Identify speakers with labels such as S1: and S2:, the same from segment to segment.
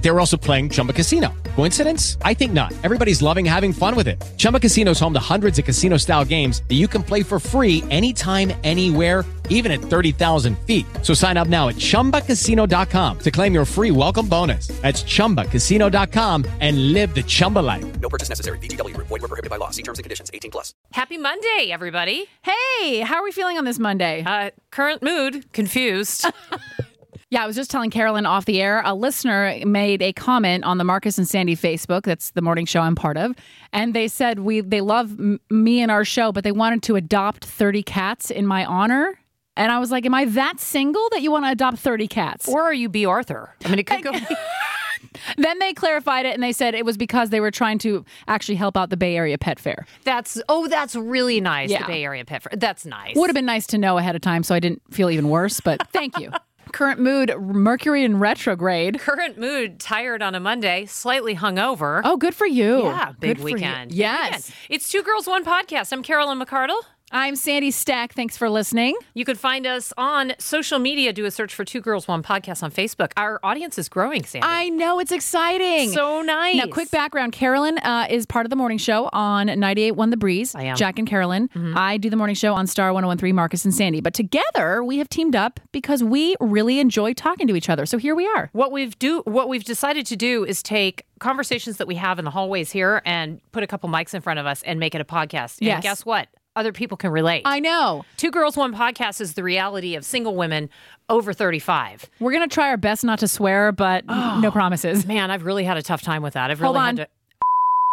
S1: They were also playing Chumba Casino. Coincidence? I think not. Everybody's loving having fun with it. Chumba Casino is home to hundreds of casino style games that you can play for free anytime, anywhere even at 30,000 feet. So sign up now at ChumbaCasino.com to claim your free welcome bonus. That's ChumbaCasino.com and live the Chumba life.
S2: No purchase necessary. VGW Group. Void were prohibited by law. See terms and conditions. 18 plus.
S3: Happy Monday, everybody.
S4: Hey, how are we feeling on this Monday?
S3: Uh, current mood, confused.
S4: yeah, I was just telling Carolyn off the air. A listener made a comment on the Marcus and Sandy Facebook. That's the morning show I'm part of, and they said we they love m- me and our show, but they wanted to adopt 30 cats in my honor. And I was like, "Am I that single that you want to adopt 30 cats?"
S3: or are you B. Arthur? I mean, it could go.
S4: then they clarified it and they said it was because they were trying to actually help out the Bay Area Pet Fair.
S3: that's oh, that's really nice. The
S4: Yeah.
S3: Bay Area pet. fair. That's nice.
S4: Would have been nice to know ahead of time so I didn't feel even worse, but thank you. Current mood Mercury in retrograde.
S3: current mood? Tired on a Monday, slightly hungover.
S4: Oh, good for you.
S3: yeah, big
S4: Good for you.
S3: weekend. Big
S4: Yes.
S3: weekend. it's Two Girls One Podcast. I'm Carolyn McCardle.
S4: I'm Sandy Stack. Thanks for listening.
S3: You can find us on social media. Do a search for Two Girls One Podcast on Facebook. Our audience is growing, Sandy.
S4: I know it's exciting.
S3: so nice.
S4: Now, quick background. Carolyn uh, is part of the morning show on 98.1 The Breeze. I
S3: am. Mm-hmm.
S4: Jack and Carolyn. I do the morning show on Star 101.3 Marcus and Sandy. But together, we have teamed up because we really enjoy talking to each other. So here we are.
S3: What we've do what we've decided to do is take conversations that we have in the hallways here and put a couple mics in front of us and make it a podcast. And
S4: Yes.
S3: guess what? Other people can relate.
S4: I know.
S3: Two Girls One Podcast is the reality of single women over 35.
S4: We're going to try our best not to swear, but
S3: Oh.
S4: no promises.
S3: Man, I've really had a tough time with that. I've
S4: Hold
S3: really
S4: on.
S3: had to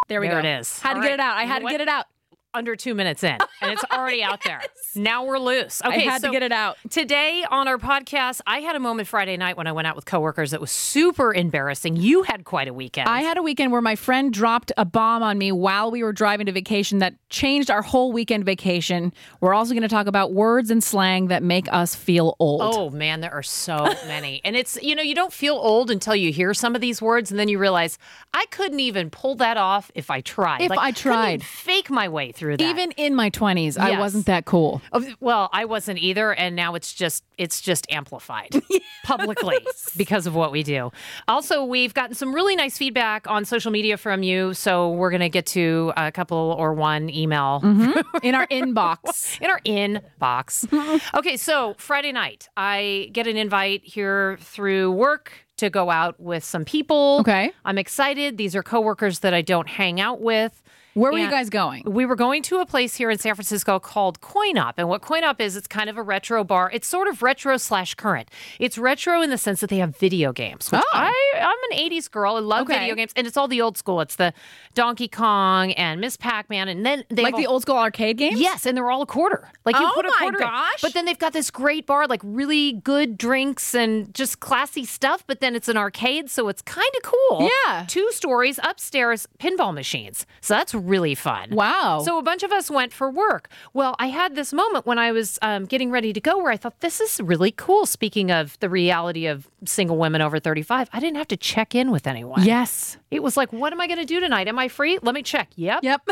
S4: There we
S3: There
S4: go.
S3: it is.
S4: Had to
S3: All
S4: get
S3: right.
S4: it out. I
S3: You
S4: had
S3: know what?
S4: to get it out.
S3: under 2 minutes in and it's already out there. Now we're loose. Okay,
S4: I had
S3: so
S4: to get it out.
S3: Today on our podcast, I had a moment Friday night when I went out with coworkers that was super embarrassing. You had quite a weekend.
S4: I had a weekend where my friend dropped a bomb on me while we were driving to vacation that changed our whole weekend vacation. We're also going to talk about words and slang that make us feel old.
S3: Oh man, there are so many. And it's, you know, you don't feel old until you hear some of these words and then you realize I couldn't even pull that off if I tried.
S4: If I
S3: couldn't even
S4: tried.
S3: fake my way through that.
S4: Even in my 20s, I
S3: Yes.
S4: wasn't that cool.
S3: Oh, well, I wasn't either and now it's just it's just amplified publicly because of what we do. Also, we've gotten some really nice feedback on social media from you, so we're going to get to a couple or one email
S4: Mm-hmm. In our inbox.
S3: in our inbox. okay, so Friday night, I get an invite here through work to go out with some people.
S4: Okay.
S3: I'm excited. These are coworkers that I don't hang out with.
S4: Where were you
S3: And-
S4: guys going?
S3: We were going to a place here in San Francisco called Coin Up. And what Coin Up is, it's kind of a retro bar. It's sort of retro slash current. It's retro in the sense that they have video games. Which
S4: Oh.
S3: I, I'm an 80s girl. I love
S4: Okay.
S3: video games. And it's all the old school. It's the Donkey Kong and Miss Pac Man. And then they
S4: Like
S3: have a-
S4: the old school arcade games?
S3: Yes, and they're all a quarter. Like you
S4: Oh
S3: put a
S4: my
S3: quarter. in.
S4: gosh.
S3: But then they've got this great bar, like really good drinks and just classy stuff. But then it's an arcade, so it's kind of cool.
S4: Yeah.
S3: Two stories upstairs, pinball machines. So that's really fun.
S4: Wow.
S3: So a bunch of us went for work. Well, I had this moment when I was um, getting ready to go where I thought, this is really cool. Speaking of the reality of single women over 35, I didn't have to check in with anyone.
S4: Yes.
S3: It was like, what am I going to do tonight? Am I free? Let me check. Yep.
S4: Yep.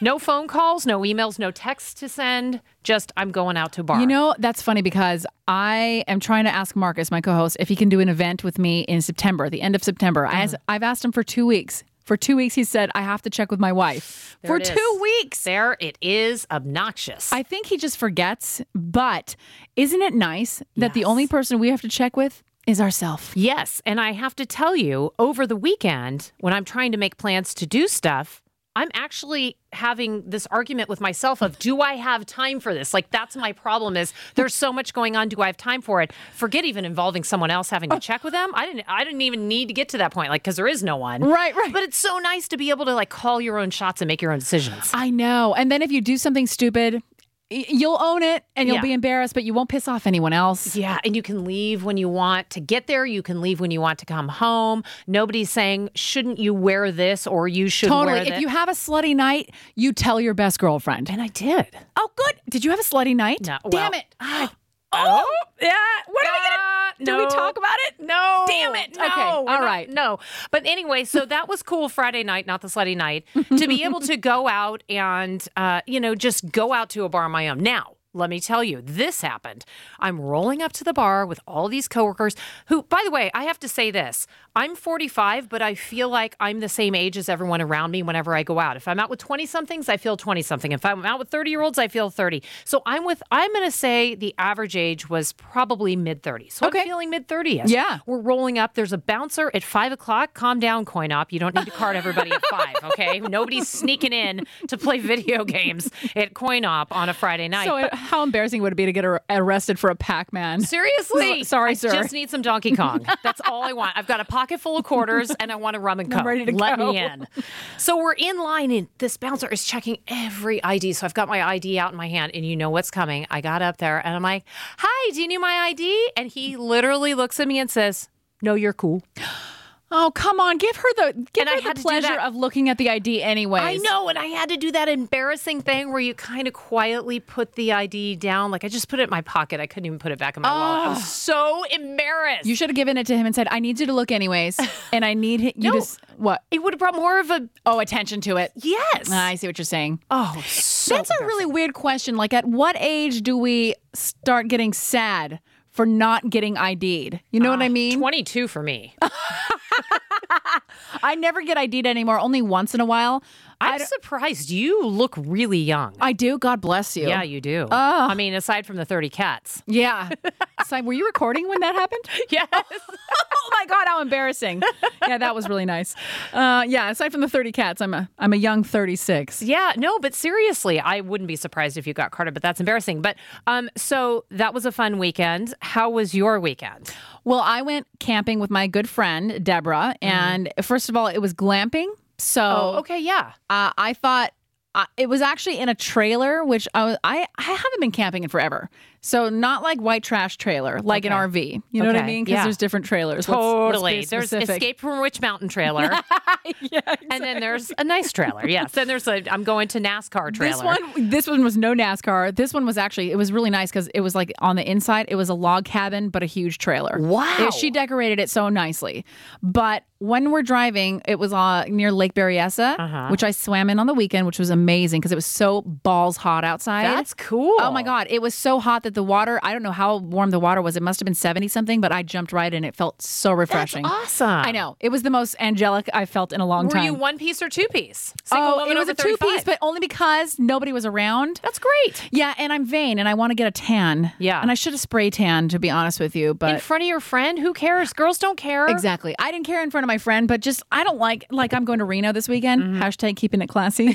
S3: No phone calls, no emails, no texts to send. Just I'm going out to a bar.
S4: You know, that's funny because I am trying to ask Marcus, my co host, if he can do an event with me in September, the end of September.
S3: Mm.
S4: I as- I've asked him for two weeks. For two weeks, he said, I have to check with my wife. for
S3: it is.
S4: two weeks.
S3: there it is obnoxious.
S4: I think he just forgets, but isn't it nice that the only person we have to check with is ourselves?
S3: yes, and I have to tell you, over the weekend when I'm trying to make plans to do stuff, I'm actually having this argument with myself of do I have time for this? Like that's my problem is there's so much going on, do I have time for it? Forget even involving someone else having
S4: Oh.
S3: to check with them. I didn't I didn't even need to get to that point like cuz there is no one.
S4: Right, right.
S3: But it's so nice to be able to like call your own shots and make your own decisions.
S4: I know. And then if you do something stupid, y- you'll own it and you'll
S3: Yeah.
S4: be embarrassed, but you won't piss off anyone else.
S3: Yeah, and you can leave when you want to get there. You can leave when you want to come home. Nobody's saying shouldn't you wear this or you should
S4: Totally.
S3: Wear
S4: If
S3: thi-"
S4: you have a slutty night, you tell your best girlfriend.
S3: and I did.
S4: Oh, good. Did you have a slutty night?
S3: No,
S4: Damn
S3: well,
S4: it.
S5: Oh, yeah. What are we gonna?
S3: Uh,
S5: Do we
S3: no.
S5: talk about it?
S3: No.
S5: Damn it, no.
S3: Okay.
S5: We're
S3: all
S5: not-
S3: right. No. But anyway, so that was cool Friday night, not the slutty night, to be able to go out and, uh, you know, just go out to a bar on my own. Now, let me tell you, this happened. I'm rolling up to the bar with all these coworkers who, by the way, I have to say this. I'm 45, but I feel like I'm the same age as everyone around me whenever I go out. If I'm out with 20 somethings, I feel 20 something. If I'm out with 30 year olds, I feel 30. So I'm with, I'm going to say the average age was probably mid 30s. So
S4: Okay.
S3: I'm feeling mid 30s.
S4: Yeah.
S3: We're rolling up. There's a bouncer at five o'clock. Calm down, coin op. You don't need to card everybody at five, okay? Nobody's sneaking in to play video games at coin op on a Friday night.
S4: So,
S3: But
S4: uh, how embarrassing would it be to get ar- arrested for a Pac Man?
S3: seriously.
S4: Sorry,
S3: I
S4: sir.
S3: just need some Donkey Kong. That's all I want. I've got a pocket full of quarters and I want a rum and coke.
S4: ready to
S3: Let
S4: go.
S3: me in. So we're in line and this bouncer is checking every ID. So I've got my ID out in my hand and you know what's coming. I got up there and I'm like, hi, do you need my ID? And he literally looks at me and says, no, you're cool.
S4: oh, come on. Give her the
S3: And
S4: give her
S3: I had to do
S4: the pleasure
S3: that-
S4: of looking at the ID anyways.
S3: I know, and I had to do that embarrassing thing where you kind of quietly put the ID down. Like I just put it in my pocket. I couldn't even put it back in my wallet. I was so embarrassed.
S4: Ah. You should have given it to him and said, I need you to look anyways. And I need hi- you
S3: No.
S4: to. s- What?
S3: it would have brought more of a
S4: Oh, attention to it. Ah,
S3: yes.
S4: I see what you're saying.
S3: oh, so
S4: That's a really weird question. Like, at what age do we start getting sad for not getting ID'd? You know what I mean?
S3: twenty-two for me.
S4: I never get ID'd anymore, only once in a while.
S3: I'm surprised you look really young.
S4: I Ah. do. God bless you.
S3: yeah, you do. I mean, aside from the thirty cats.
S4: Yeah. so, were you recording when that happened?
S3: Yes.
S4: oh my God, how embarrassing. Yeah, that was really nice. Uh, yeah, aside from the 30 cats, I'm a, I'm a young 36.
S3: Yeah, no, but seriously, I wouldn't be surprised if you got carded, but that's embarrassing. But um, so that was a fun weekend. How was your weekend?
S4: Well, I went camping with my good friend, Deborah. And first of all, it was glamping. So
S3: Mm-hmm. Oh, okay, yeah.
S4: uh, I thought uh, it was actually in a trailer, which I, was, I I haven't been camping in forever. So not like white trash trailer, like
S3: Okay.
S4: an RV. You know what I
S3: Okay,
S4: mean? Because
S3: yeah.
S4: there's different trailers. Let's- let's
S3: Totally.
S4: be
S3: there's
S4: specific.
S3: Escape from Rich Mountain trailer. And then there's a nice trailer. Yes. Then there's a I'm going to NASCAR trailer.
S4: This one, this one was no NASCAR. This one was actually it was really nice because it was like on the inside. It was a log cabin, but a huge trailer.
S3: Wow.
S4: It- she decorated it so nicely. But when we're driving, it was uh, near Lake Berryessa,
S3: Uh-huh.
S4: which I swam in on the weekend, which was amazing because it was so balls hot outside.
S3: That's cool.
S4: Oh my god, it was so hot that the water. I don't know how warm the water was. It must have been seventy something, but I jumped right in. It felt so refreshing.
S3: Awesome.
S4: I know it was the most angelic I felt in a long
S3: Were
S4: time.
S3: you one piece or two piece? Single
S4: oh,
S3: woman
S4: it was
S3: over
S4: a two piece,
S3: 35.
S4: but only because nobody was around.
S3: that's great.
S4: Yeah, and I'm vain and I want to get a tan.
S3: Yeah.
S4: And I should have spray tan, to be honest with you.
S3: In
S4: But
S3: front of your friend, who cares? Girls don't care.
S4: exactly. I didn't care in front of my friend, but just I don't like like I'm going to Reno this weekend.
S3: Mm-hmm.
S4: Hashtag keeping it classy.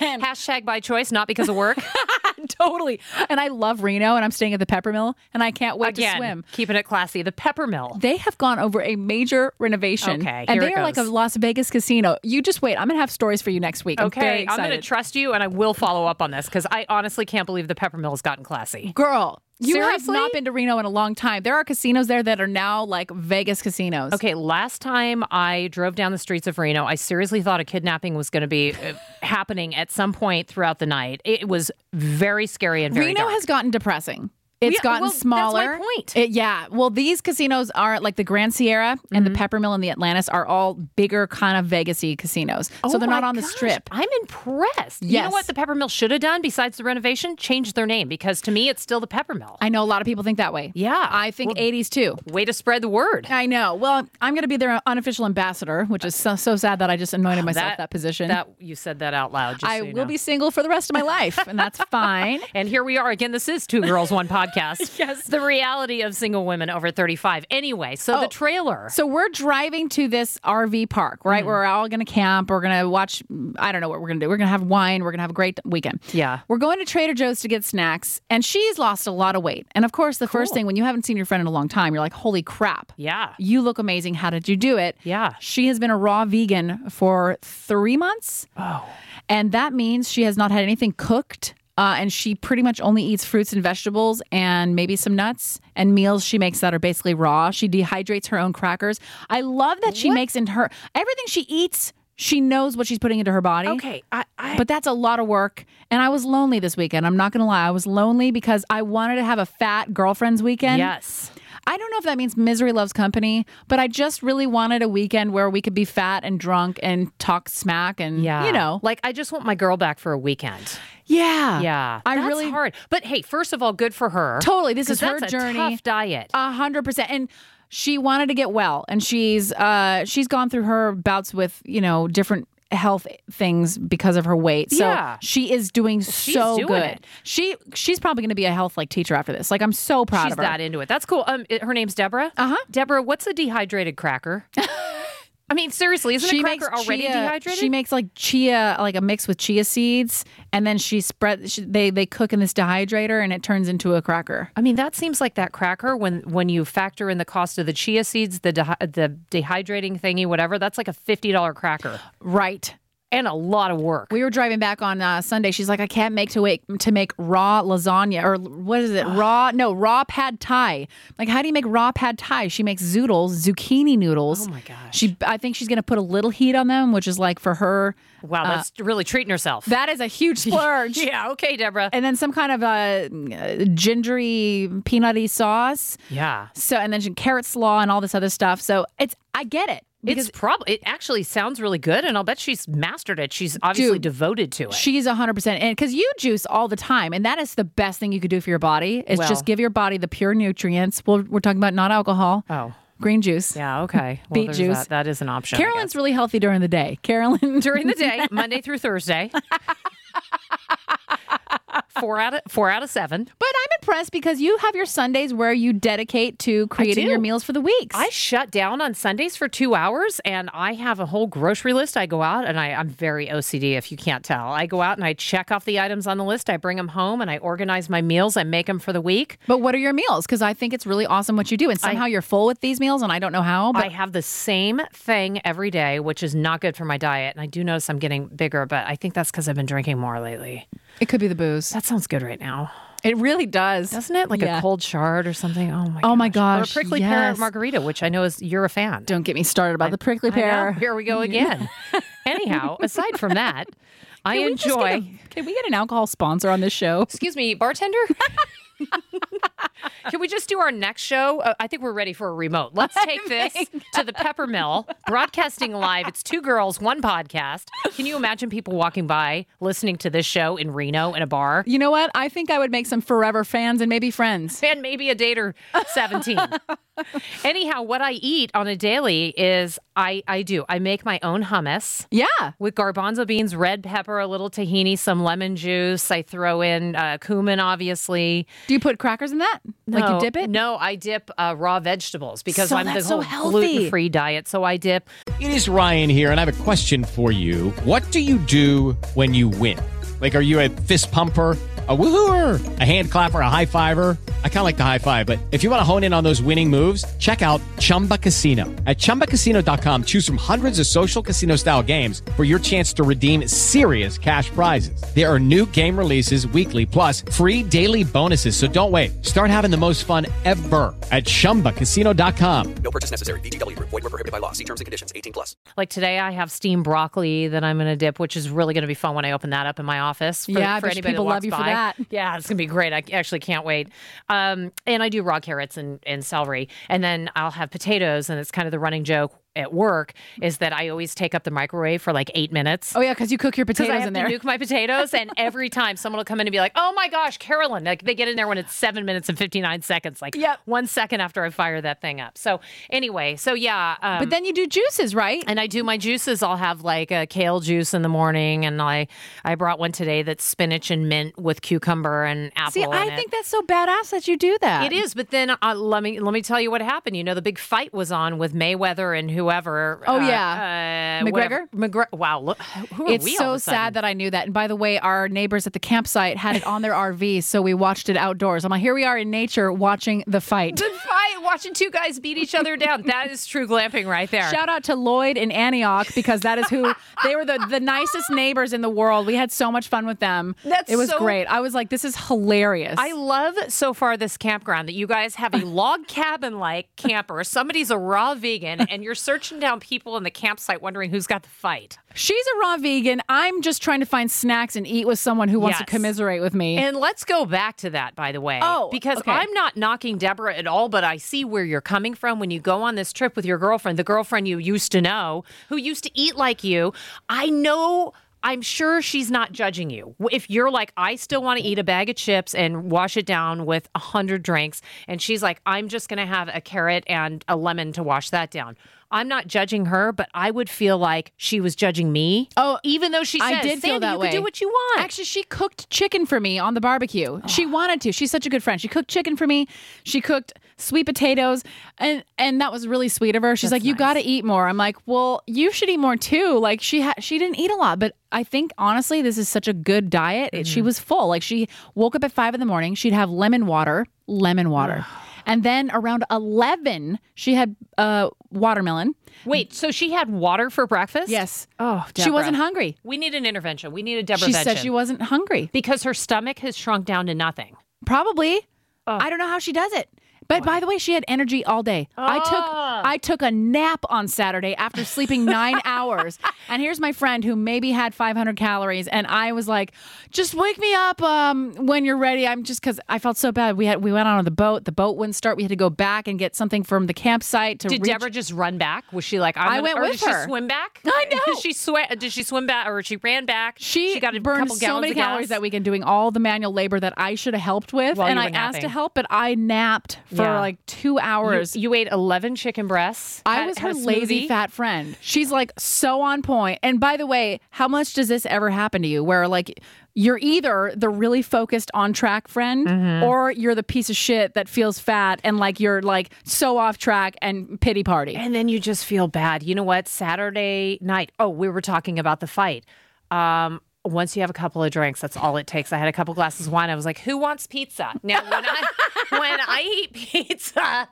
S3: Hashtag by choice, not because of work.
S4: totally. And I love Reno and I'm staying at the Peppermill and I can't wait
S3: Again,
S4: to swim.
S3: keeping it classy. The pepper mill.
S4: They have gone over a major renovation.
S3: Okay,
S4: And
S3: here
S4: they
S3: it
S4: are like a
S3: goes.
S4: Las Vegas casino. You just wait. I'm gonna have stories for you next week. I'm very
S3: Okay, I'm going to
S4: excited.
S3: trust you and I will follow up on this because I honestly can't believe the pepper mill has gotten classy.
S4: Girl. You have
S3: Seriously?
S4: not been to Reno in a long time. There are casinos there that are now like Vegas casinos.
S3: Okay, last time I drove down the streets of Reno, I seriously thought a kidnapping was going to be uh, happening at some point throughout the night. It was very scary and very
S4: Reno
S3: dark.
S4: has gotten depressing. It's
S3: Yeah,
S4: gotten
S3: well, that's my
S4: smaller.
S3: point.
S4: It- yeah. Well, these casinos are like the Grand Sierra and the Peppermill and the Atlantis are all bigger kind of Vegasy casinos. so
S3: Oh
S4: they're
S3: my
S4: not on the
S3: gosh,
S4: strip.
S3: I'm impressed. You know
S4: Yes.
S3: what the Pepper Mill should have done besides the renovation? Change their name because to me it's still the Pepper Mill.
S4: I know a lot of people think that way.
S3: Yeah.
S4: I think 80s too.
S3: Way to spread the word.
S4: I know. Well, I'm going to be their unofficial ambassador, which is so, so sad that I just anointed myself Ah, that, position.
S3: That you said that out loud. Just
S4: I
S3: so you
S4: will
S3: know.
S4: be single for the rest of my life, and that's fine.
S3: And here we are again. This is Two Girls One Podcast. yes. The reality of single women over 35. Anyway, Oh. so the trailer.
S4: So we're driving to this RV park, right?
S3: Mm-hmm.
S4: We're all going to camp. We're going to watch, I don't know what we're going to do. We're going to have wine. We're going to have a great weekend.
S3: Yeah.
S4: We're going to Trader Joe's to get snacks. And she's lost a lot of weight. And of course, the first thing when you haven't seen your friend in a long time, you're like, holy crap.
S3: Yeah.
S4: You look amazing. How did you do it?
S3: Yeah.
S4: She has been a raw vegan for three months. Oh. And that means she has not had anything cooked. Uh, and she pretty much only eats fruits and vegetables and maybe some nuts and meals she makes that are basically raw. She dehydrates her own crackers. I love that she makes in her everything she eats, She knows what she's putting into her body.
S5: Okay, I, I
S4: But that's a lot of work. And I was lonely this weekend. I'm not going to lie. I was lonely because I wanted to have a fat girlfriend's weekend.
S3: Yes.
S4: I don't know if that means misery loves company, but I just really wanted a weekend where we could be fat and drunk and talk smack and,
S3: Yeah.
S4: you know,
S3: like I just want my girl back for a weekend.
S4: yeah.
S3: Yeah.
S4: I
S3: That's
S4: really,
S3: hard. But hey, first of all, good for her.
S4: totally. This
S3: 'Cause
S4: is her
S3: that's a
S4: journey.
S3: tough diet.
S4: A hundred percent. And she wanted to get well, and she's uh she's gone through her bouts with you know different health things because of her weight. So
S3: Yeah.
S4: she is doing so
S3: doing
S4: good.
S3: it.
S4: She she's probably going to be a health like teacher after this. Like I'm so proud
S3: She's
S4: of her. Uh-huh.
S3: that into it. That's cool. Um, it- her name's Deborah. Uh huh. Deborah, what's a dehydrated cracker? I mean, seriously, isn't a cracker already
S4: chia,
S3: dehydrated?
S4: She makes like chia, like a mix with chia seeds, and then she spread. She, they they cook in this dehydrator, and it turns into a cracker.
S3: I mean, that seems like that cracker when when you factor in the cost of the chia seeds, the dehy- the dehydrating thingy, whatever. That's like a fifty dollar cracker
S4: Right.
S3: and a lot of work.
S4: We were driving back on uh, Sunday. She's like, I can't make to wait to make raw lasagna or what is it? Raw no raw pad thai. Like, how do you make raw pad thai? She makes zoodles, zucchini noodles. Oh my gosh! She, I think she's gonna put a little heat on them, which is like for her.
S3: wow, that's really treating herself.
S4: Uh, That is a huge splurge.
S3: yeah. Okay, Deborah.
S4: And then some kind of a gingery peanutty sauce.
S3: Yeah.
S4: So and then she- carrot slaw and all this other stuff. So it's I get it.
S3: It's probably it actually sounds really good, and I'll bet she's mastered it. She's obviously
S4: Dude,
S3: devoted to it.
S4: She's 100% in because you juice all the time. And that is the best thing you could do for your body is
S3: Well.
S4: just give your body the pure nutrients. Well, we're talking about non alcohol,
S3: oh,
S4: green juice.
S3: yeah. Okay. Well,
S4: Beet
S3: there's
S4: juice.
S3: That. that is an option. I guess.
S4: Carolyn's really healthy during the day. Carolyn,
S3: during the day, Monday through Thursday. four out of four out of seven.
S4: but I'm impressed because you have your Sundays where you dedicate to creating
S3: do.
S4: your meals for the weeks.
S3: I shut down on Sundays for two hours, and I have a whole grocery list. I go out and I, I'm very OCD, if you can't tell. I go out and I check off the items on the list. I bring them home and I organize my meals. I make them for the week.
S4: but what are your meals? Because I think it's really awesome what you do. And somehow you're full with these meals, and I don't know how, but
S3: I have the same thing every day, which is not good for my diet. And I do notice I'm getting bigger, but I think that's because I've been drinking more lately.
S4: it could be the booze.
S3: That sounds good right now,
S4: It really does.
S3: doesn't it? Like
S4: Yeah.
S3: a cold shard or something. Oh my!
S4: Oh
S3: Or
S4: my
S3: a
S4: gosh,
S3: prickly pear
S4: yes.
S3: margarita, which I know is you're a fan.
S4: Don't get me started about the prickly
S3: I know.
S4: pear.
S3: Here we go again. Anyhow, aside from that, I
S4: Can we just get
S3: enjoy.
S4: a- can we get an alcohol sponsor on this show?
S3: Excuse me, bartender. Can we just do our next show? Uh, I think we're ready for a remote. Let's take this to the Peppermill, broadcasting live. It's two girls, one podcast. Can you imagine people walking by listening to this show in Reno in a bar?
S4: You know what? I think I would make some forever fans and maybe friends.
S3: and maybe a date or 17. Anyhow, what I eat on a daily is I, I do. I make my own hummus.
S4: Yeah.
S3: with garbanzo beans, red pepper, a little tahini, some lemon juice. I throw in uh, cumin, obviously.
S4: Do you put crackers in that? Like you dip it?
S3: No, I dip uh, raw vegetables because
S4: So
S3: I'm the
S4: that's so
S3: whole
S4: healthy.
S3: gluten-free diet. So I dip.
S1: It is Ryan here, and I have a question for you. What do you do when you win? Like, are you a fist pumper? A woohooer, a hand clapper, a high fiver. I kind of like the high five, but if you want to hone in on those winning moves, check out Chumba Casino. At chumbacasino.com, choose from hundreds of social casino style games for your chance to redeem serious cash prizes. There are new game releases weekly, plus free daily bonuses. So don't wait. Start having the most fun ever at chumbacasino.com.
S2: No purchase necessary. VGW Group. Void were prohibited by law. See terms and conditions. 18 plus.
S3: Like today, I have steamed broccoli that I'm going to dip, which is really going to be fun when I open that up in my office. For,
S4: Yeah, I
S3: for
S4: bet you
S3: anybody
S4: people
S3: that
S4: love
S3: walks
S4: you for
S3: by.
S4: that.
S3: Yeah, it's going to be great. I actually can't wait. Um, and I do raw carrots and, and celery, and then I'll have potatoes. And it's kind of the running joke at work is that I always take up the microwave for like eight minutes.
S4: Oh yeah, because you cook your
S3: Because I
S4: potatoes
S3: have
S4: in
S3: to
S4: there.
S3: nuke my potatoes, and every time someone will come in and be like, "Oh my gosh, Carolyn!" Like they get in there when it's seven minutes and fifty nine seconds, like
S4: Yep.
S3: one second after I fire that thing up. So anyway, so yeah, um,
S4: but then you do juices, right?
S3: and I do my juices. I'll have like a kale juice in the morning, and I I brought one today that's spinach and mint with cucumber and apple.
S4: See, I
S3: in it.
S4: think that's so badass that you do that.
S3: It is, but then uh, let me let me tell you what happened. You know, the big fight was on with Mayweather and whoever.
S4: Oh,
S3: uh,
S4: yeah.
S3: uh,
S4: McGregor?
S3: whatever. McGregor. Wow, look, who are we
S4: It's
S3: all
S4: so
S3: of a sudden?
S4: sad that I knew that. And by the way, our neighbors at the campsite had it on their RV, so we watched it outdoors. I'm like, here we are in nature watching the fight.
S3: the fight, watching two guys beat each other down. That is true glamping right there.
S4: Shout out to Lloyd in Antioch because that is who they were the, the nicest neighbors in the world. We had so much fun with them.
S3: That's
S4: it was
S3: so-
S4: great. I was like, this is hilarious.
S3: I love so far this campground that you guys have a log cabin like camper. Somebody's a raw vegan and you're searching down people in the campsite wondering who's got the fight.
S4: She's a raw vegan. I'm just trying to find snacks and eat with someone who wants to
S3: Yes.
S4: commiserate with me.
S3: And let's go back to that, by the way.
S4: Oh,
S3: because
S4: okay.
S3: I'm not knocking Deborah at all, but I see where you're coming from when you go on this trip with your girlfriend, the girlfriend you used to know, who used to eat like you. I know. I'm sure she's not judging you. If you're like, I still want to eat a bag of chips and wash it down with a hundred drinks, and she's like, I'm just going to have a carrot and a lemon to wash that down. I'm not judging her, but I would feel like she was judging me. Oh, even though she says,
S4: I did feel
S3: "Sandy,
S4: that
S3: you
S4: way.
S3: Can do what you want.
S4: Actually, she cooked chicken for me on the barbecue. She wanted to. She's such a good friend. She cooked chicken for me. She cooked sweet potatoes, and and that was really sweet of her. She's like, "You got to eat more." I'm like, "Well, you should eat more too." Like she ha- she didn't eat a lot, but I think honestly, this is such a good diet. It-
S3: Mm-hmm.
S4: She was full. Like she woke up at five in the morning. She'd have lemon water, lemon water, and then around eleven, she had uh, watermelon.
S3: Wait, so she had water for breakfast?
S4: Yes.
S3: Oh,
S4: She
S3: Deborah.
S4: wasn't hungry.
S3: We need an intervention. We need a Deborah.
S4: She said she wasn't hungry.
S3: because her stomach has shrunk down to nothing.
S4: Probably.
S3: Oh.
S4: I don't know how she does it. But by the way, she had energy all day. I
S3: Ah.
S4: took I took a nap on Saturday after sleeping 9 hours. And here's my friend who maybe had 500 calories and I was like, "Just wake me up um, when you're ready." I'm just cuz I felt so bad. We had we went out on the boat. The boat wouldn't start. We had to go back and get something from the campsite to
S3: Did
S4: reach-
S3: Deborah just run back? Was she like, I'm
S4: I
S3: gonna-
S4: went
S3: or
S4: with
S3: did
S4: her.
S3: She swim back?
S4: I know.
S3: Did she swim? Did she swim back, or she ran back?
S4: she,
S3: got a
S4: burned
S3: couple
S4: so
S3: gallons
S4: many
S3: of gas?
S4: calories that weekend doing all the manual labor that I should have helped with,
S3: While you
S4: and
S3: were
S4: I asked to
S3: napping.
S4: help, but I napped for
S3: Yeah.
S4: like two
S3: You,
S4: hours.
S3: you ate 11 chicken breasts.
S4: I
S3: had-
S4: was her
S3: had a
S4: lazy
S3: smoothie.
S4: fat friend. She's like so on point. And by the way, how much does this ever happen to you where like you're either the really focused on track friend
S3: Mm-hmm.
S4: or you're the piece of shit that feels fat and like you're like so off track and pity party.
S3: And then you just feel bad. You know what? Saturday night. Oh, we were talking about the fight. Um, once you have a couple of drinks, that's all it takes. I had a couple glasses of wine. I was like, "Who wants pizza?" Now, when I when I eat pizza,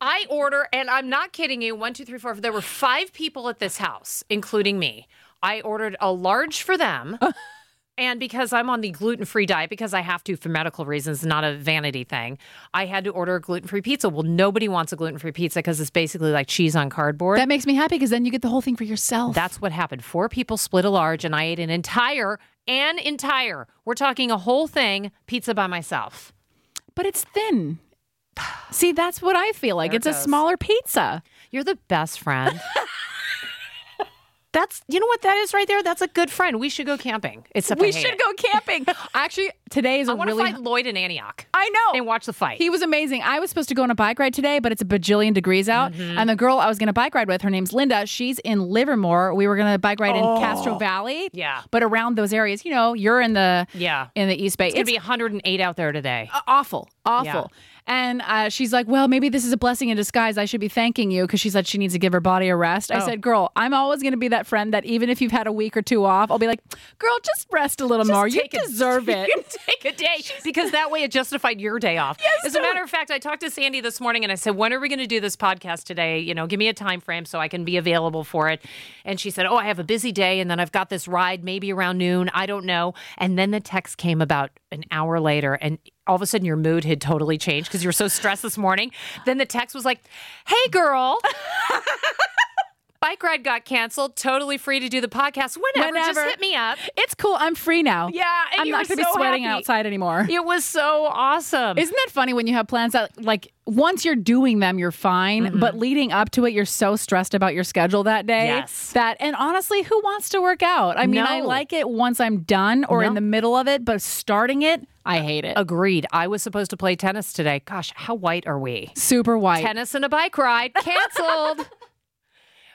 S3: I order, and I'm not kidding you. One, two, three, four. There were five people at this house, including me. I ordered a large for them. And because I'm on the gluten free diet, because I have to for medical reasons, not a vanity thing, I had to order a gluten free pizza. Well, nobody wants a gluten free pizza because it's basically like cheese on cardboard.
S4: That makes me happy because then you get the whole thing for yourself.
S3: That's what happened. Four people split a large, and I ate an entire, an entire, we're talking a whole thing, pizza by myself.
S4: but it's thin. See, that's what I feel like. It's a smaller pizza.
S3: You're the best friend. That's, you know what that is right there? That's a good friend. We should go camping. Except
S4: we should go camping. Actually, today is a
S3: I want to
S4: really
S3: find Lloyd in Antioch
S4: I know.
S3: and watch the fight.
S4: He was amazing. I was supposed to go on a bike ride today, but it's a bajillion degrees out.
S3: Mm-hmm.
S4: And the girl I was going to bike ride with, her name's Linda. She's in Livermore. We were going to bike ride in Castro Valley.
S3: Oh. Yeah.
S4: But around those areas, you know, you're in the
S3: Yeah.
S4: in the East Bay.
S3: it's going to be 108 out there today.
S4: awful, awful. And uh, she's like, "Well, maybe this is a blessing in disguise. I should be thanking you because she said she needs to give her body a rest."
S3: Oh.
S4: I said, "Girl, I'm always going to be that friend that even if you've had a week or two off, I'll be like, girl, just rest a little more. You
S3: take a-
S4: deserve it."
S3: You take a day because that way it justified your day off. Yes, As a matter of fact, I talked to Sandy this morning and I said, "When are we going to do this podcast today? You know, give me a time frame so I can be available for it." And she said, "Oh, I have a busy day and then I've got this ride maybe around noon. I don't know." And then the text came about an hour later and all of a sudden your mood had totally changed because you were so stressed this morning. Then the text was like, "Hey girl, Bike ride got canceled. Totally free to do the podcast whenever.
S4: Whenever.
S3: Just hit me up.
S4: It's cool. I'm free now.
S3: Yeah, and
S4: I'm
S3: you
S4: not
S3: were
S4: gonna
S3: so
S4: be sweating
S3: happy.
S4: outside anymore.
S3: It was so awesome.
S4: Isn't that funny when you have plans that like once you're doing them you're fine, but leading up to it you're so stressed about your schedule that day
S3: Yes.
S4: that and honestly who wants to work out? I mean, I
S3: No.
S4: like it once I'm done or in the middle of it, but starting it, I hate it.
S3: Agreed. I was supposed to play tennis today. Gosh, how white are we?
S4: Super white.
S3: Tennis and a bike ride canceled.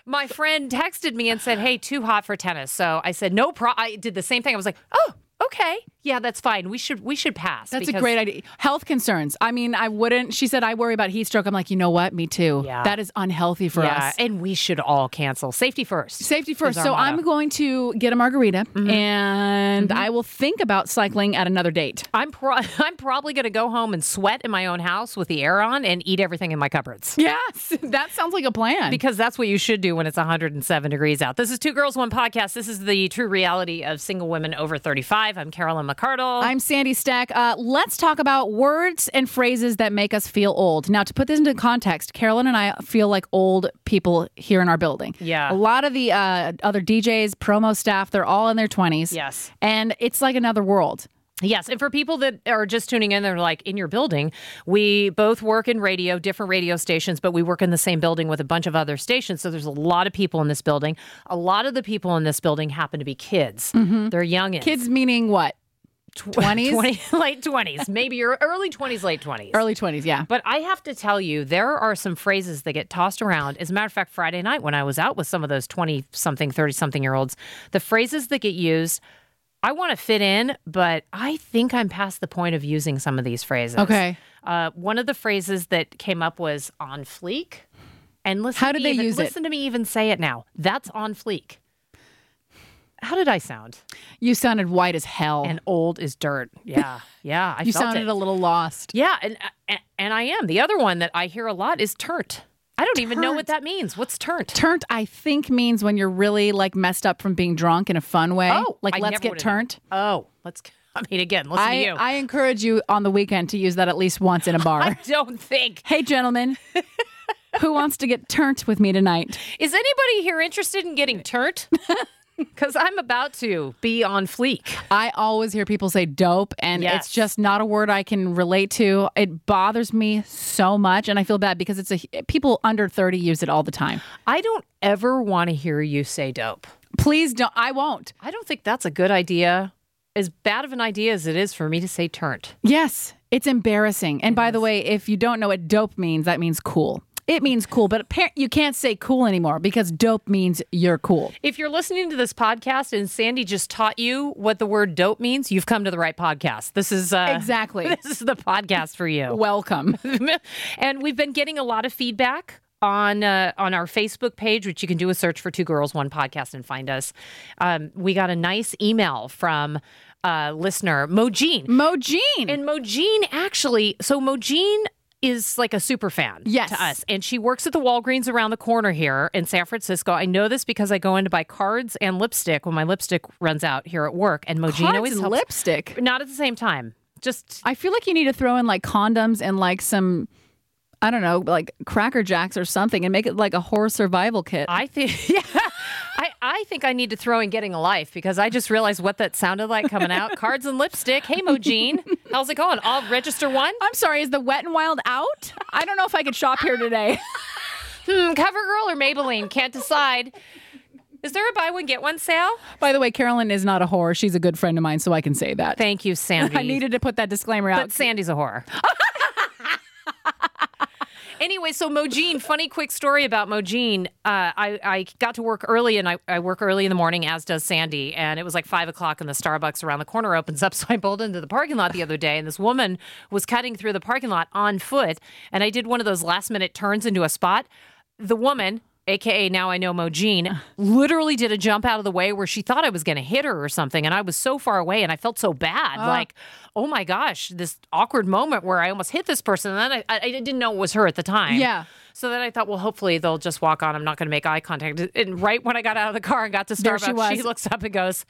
S3: My friend texted me and said, "Hey, too hot for tennis." So I said, "No pro." I did the same thing. I was like, "Oh, okay, yeah, that's fine. We should we should pass."
S4: That's a
S3: because-
S4: great idea. Health concerns. I mean, I wouldn't. She said, I worry about heat stroke. I'm like, you know what? Me too.
S3: Yeah.
S4: That is unhealthy for
S3: Yeah,
S4: us.
S3: and we should all cancel. Safety first.
S4: Safety first.
S3: our
S4: So
S3: motto. Mm-hmm.
S4: I'm going to get a margarita and I will think about cycling at another date.
S3: I'm pro- I'm probably going to go home and sweat in my own house with the air on and eat everything in my cupboards.
S4: Yes, that sounds like a plan.
S3: Because that's what you should do when it's 107 degrees out. This is Two Girls, One Podcast. This is the true reality of single women over 35. I'm Carolyn McCardle.
S4: I'm Sandy Stack. Uh, let's talk about words and phrases that make us feel old. Now, to put this into context, Carolyn and I feel like old people here in our building.
S3: Yeah.
S4: A lot of the uh, other DJs, promo staff, they're all in their 20s.
S3: Yes.
S4: And it's like another world.
S3: Yes, and for people that are just tuning in, they're like, in your building, we both work in radio, different radio stations, but we work in the same building with a bunch of other stations. So there's a lot of people in this building. A lot of the people in this building happen to be kids. They're young
S4: Mm-hmm. Kids meaning what?
S3: 20,
S4: 20s?
S3: late 20s, maybe your early 20s, late 20s.
S4: Early 20s, yeah.
S3: But I have to tell you, there are some phrases that get tossed around. As a matter of fact, Friday night when I was out with some of those 20 something, 30 something year olds, the phrases that get used, I want to fit in, but I think I'm past the point of using some of these phrases.
S4: Okay.
S3: Uh, one of the phrases that came up was on fleek. And listen,
S4: How
S3: to
S4: did
S3: me
S4: they
S3: even-
S4: use it?
S3: Listen to me even say it now. That's on fleek. How did I sound?
S4: You sounded white as hell.
S3: And old is dirt. Yeah, yeah. I
S4: Oh. you
S3: felt
S4: sounded
S3: it.
S4: a little lost.
S3: Yeah, and and- and I am. The other one that I hear a lot is turnt. I don't even know what
S4: Turnt.
S3: that means. What's turnt?
S4: Turnt, I think, means when you're really like messed up from being drunk in a fun way.
S3: Oh,
S4: like
S3: I
S4: let's
S3: never
S4: get
S3: would've-
S4: turnt.
S3: Oh, let's. I mean, again, listen to
S4: I,
S3: you.
S4: I encourage you on the weekend to use that at least once in a bar.
S3: don't think
S4: hey, gentlemen, who wants to get turnt with me tonight?
S3: is anybody here interested in getting turnt? Because I'm about to be on fleek.
S4: I always hear people say dope, and
S3: Yes.
S4: it's just not a word I can relate to. It bothers me so much, and I feel bad because it's a people under 30 use it all the time.
S3: I don't ever want to hear you say dope.
S4: Please don't, I won't.
S3: I don't think that's a good idea. As bad of an idea as it is for me to say turnt.
S4: Yes, it's embarrassing. And by the way, if you don't know what dope means, that means cool. It means cool, but appar- you can't say cool anymore because dope means you're cool.
S3: If you're listening to this podcast and Sandy just taught you what the word dope means, you've come to the right podcast. This is uh,
S4: Exactly.
S3: This is the podcast for you.
S4: Welcome.
S3: and we've been getting a lot of feedback on uh, on our Facebook page, which you can do a search for Two Girls One Podcast and find us. Um, we got a nice email from uh, listener Mojine,
S4: Mojine.
S3: and Mojine actually. So Mojine is like a super fan
S4: Yes.
S3: to us, and she works at the Walgreens around the corner here in San Francisco. I know this because I go in to buy cards and lipstick when my lipstick runs out here at work, and Mojine
S4: Cards
S3: always
S4: and
S3: helps.
S4: lipstick.
S3: Not at the same time. Just
S4: I feel like you need to throw in like condoms and like some, I don't know, like Cracker Jacks or something and make it like a horror survival kit.
S3: I think yeah. I, I think I need to throw in getting a life because I just realized what that sounded like coming out. Cards and lipstick. Hey Mojine. How's it going? I'll register one.
S4: I'm sorry, is the wet and wild out? I don't know if I could shop here today.
S3: Hmm, cover girl or Maybelline. Can't decide. Is there a buy one get one sale?
S4: By the way, Carolyn is not a whore. She's a good friend of mine, so I can say that.
S3: Thank you, Sandy.
S4: I needed to put that disclaimer out.
S3: but Sandy's a horror. anyway, so Mojine, funny quick story about Mojine. Uh, I, I got to work early and I, I work early in the morning, as does Sandy. And it was like five o'clock and the Starbucks around the corner opens up. So I pulled into the parking lot the other day and this woman was cutting through the parking lot on foot. And I did one of those last minute turns into a spot. The woman, AKA now I know Mojine, literally did a jump out of the way where she thought I was going to hit her or something. And I was so far away and I felt so bad.
S4: Ah.
S3: Like, oh my gosh, this awkward moment where I almost hit this person. And then I, I didn't know it was her at the time.
S4: Yeah.
S3: So then I thought, well, hopefully they'll just walk on. I'm not going to make eye contact. And right when I got out of the car and got to
S4: There she
S3: Starbucks, she,
S4: was.
S3: looks up and goes,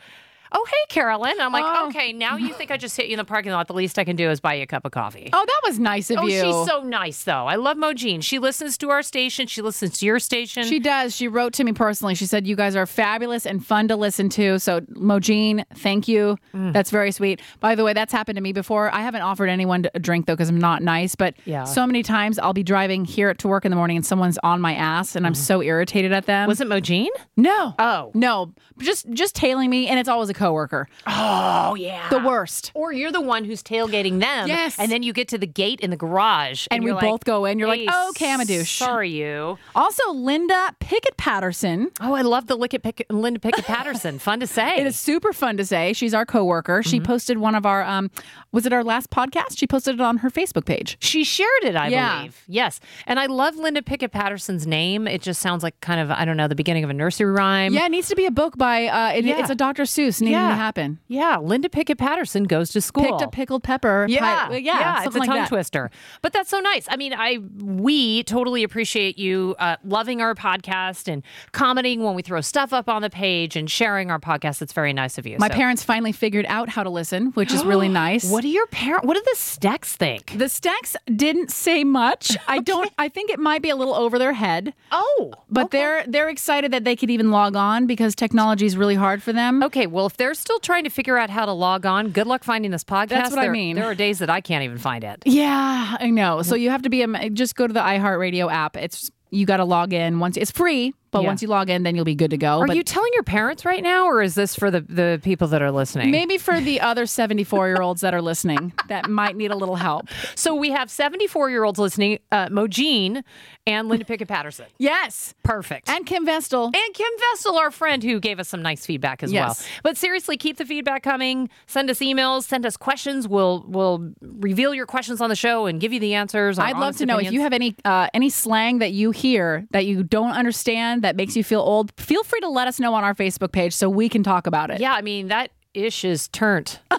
S3: oh, hey, Carolyn. I'm like,
S4: Oh.
S3: okay, now you think I just hit you in the parking lot. The least I can do is buy you a cup of coffee.
S4: Oh, that was nice of
S3: Oh,
S4: you.
S3: she's so nice, though. I love Mojine. She listens to our station. She listens to your station.
S4: she does. She wrote to me personally. She said, You guys are fabulous and fun to listen to. So, Mojine, thank you.
S3: Mm.
S4: That's very sweet. By the way, that's happened to me before. I haven't offered anyone a drink, though, because I'm not nice. But
S3: Yeah.
S4: so many times I'll be driving here to work in the morning and someone's on my ass and I'm so irritated at them.
S3: Mm-hmm. was it Mojine?
S4: no.
S3: Oh.
S4: No. Just just tailing me, and it's always a coworker.
S3: Oh, yeah.
S4: The worst.
S3: Or you're the one who's tailgating them.
S4: Yes.
S3: And then you get to the gate in the garage.
S4: And we
S3: you're "Oh,
S4: both go in. You're like,
S3: "Hey,
S4: okay, I'm a douche."
S3: Sorry, you.
S4: Also, Linda Pickett Patterson.
S3: Oh, I love the lick at Pick- Linda Pickett Patterson. Fun to say.
S4: It is super fun to say. She's our coworker. She posted one of our um was it our last podcast? She posted it on her Facebook page.
S3: She shared it, I
S4: Yeah.
S3: believe. Yes. And I love Linda Pickett Patterson's name. It just sounds like kind of, I don't know, the beginning of a nursery rhyme.
S4: Yeah, it needs to be a book by uh it,
S3: Yeah.
S4: it's a Dr. Seuss. needing
S3: Yeah.
S4: to happen.
S3: Yeah, Linda Pickett Patterson goes to school.
S4: Picked a pickled pepper.
S3: Yeah,
S4: pie- well,
S3: yeah,
S4: yeah,
S3: it's a
S4: something like
S3: tongue
S4: that.
S3: twister. But that's so nice. I mean, I we totally appreciate you uh, loving our podcast and commenting when we throw stuff up on the page and sharing our podcast. It's very nice of you.
S4: My
S3: So-
S4: parents finally figured out how to listen, which is really nice.
S3: What do your parents? What do the Stecks think?
S4: The stacks didn't say much. I don't. I think it might be a little over their head,
S3: Oh,
S4: but
S3: okay.
S4: they're they're excited that they could even log on because technology is really hard for them.
S3: Okay, well, if they're still trying to figure out how to log on, good luck finding this podcast.
S4: what I
S3: There-
S4: mean.
S3: There are days that I can't even find it.
S4: Yeah, I know. So you have to be a just go to the iHeartRadio app. It's you got to log in once. It's free, but
S3: Yeah.
S4: once you log in, then you'll be good to go.
S3: Are
S4: but
S3: you telling your parents right now, or is this for the, the people that are listening?
S4: maybe for the other seventy four year olds that are listening that might need a little help?
S3: So we have 74 year olds listening, uh, Mojine and Linda Pickett Patterson.
S4: Yes,
S3: Perfect.
S4: and Kim Vestal.
S3: And Kim Vestal, our friend who gave us some nice feedback as
S4: Yes.
S3: well. But seriously, keep the feedback coming. Send us emails, send us questions. We'll we'll reveal your questions on the show and give you the answers. our
S4: I'd love
S3: honest
S4: to know if
S3: opinions.
S4: you have any uh, any slang that you hear that you don't understand that makes you feel old. Feel free to let us know on our Facebook page so we can talk about it.
S3: Yeah, I mean that ish is turnt.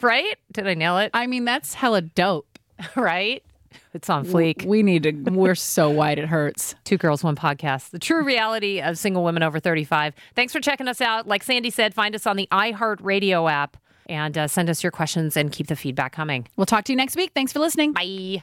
S3: right? Did I nail it?
S4: I mean that's hella dope.
S3: right? It's on fleek.
S4: We need to. We're so white it hurts.
S3: Two Girls, One Podcast, the true reality of single women over 35. Thanks for checking us out. Like Sandy said, find us on the iHeartRadio app and uh, send us your questions and keep the feedback coming.
S4: We'll talk to you next week. Thanks for listening.
S3: Bye.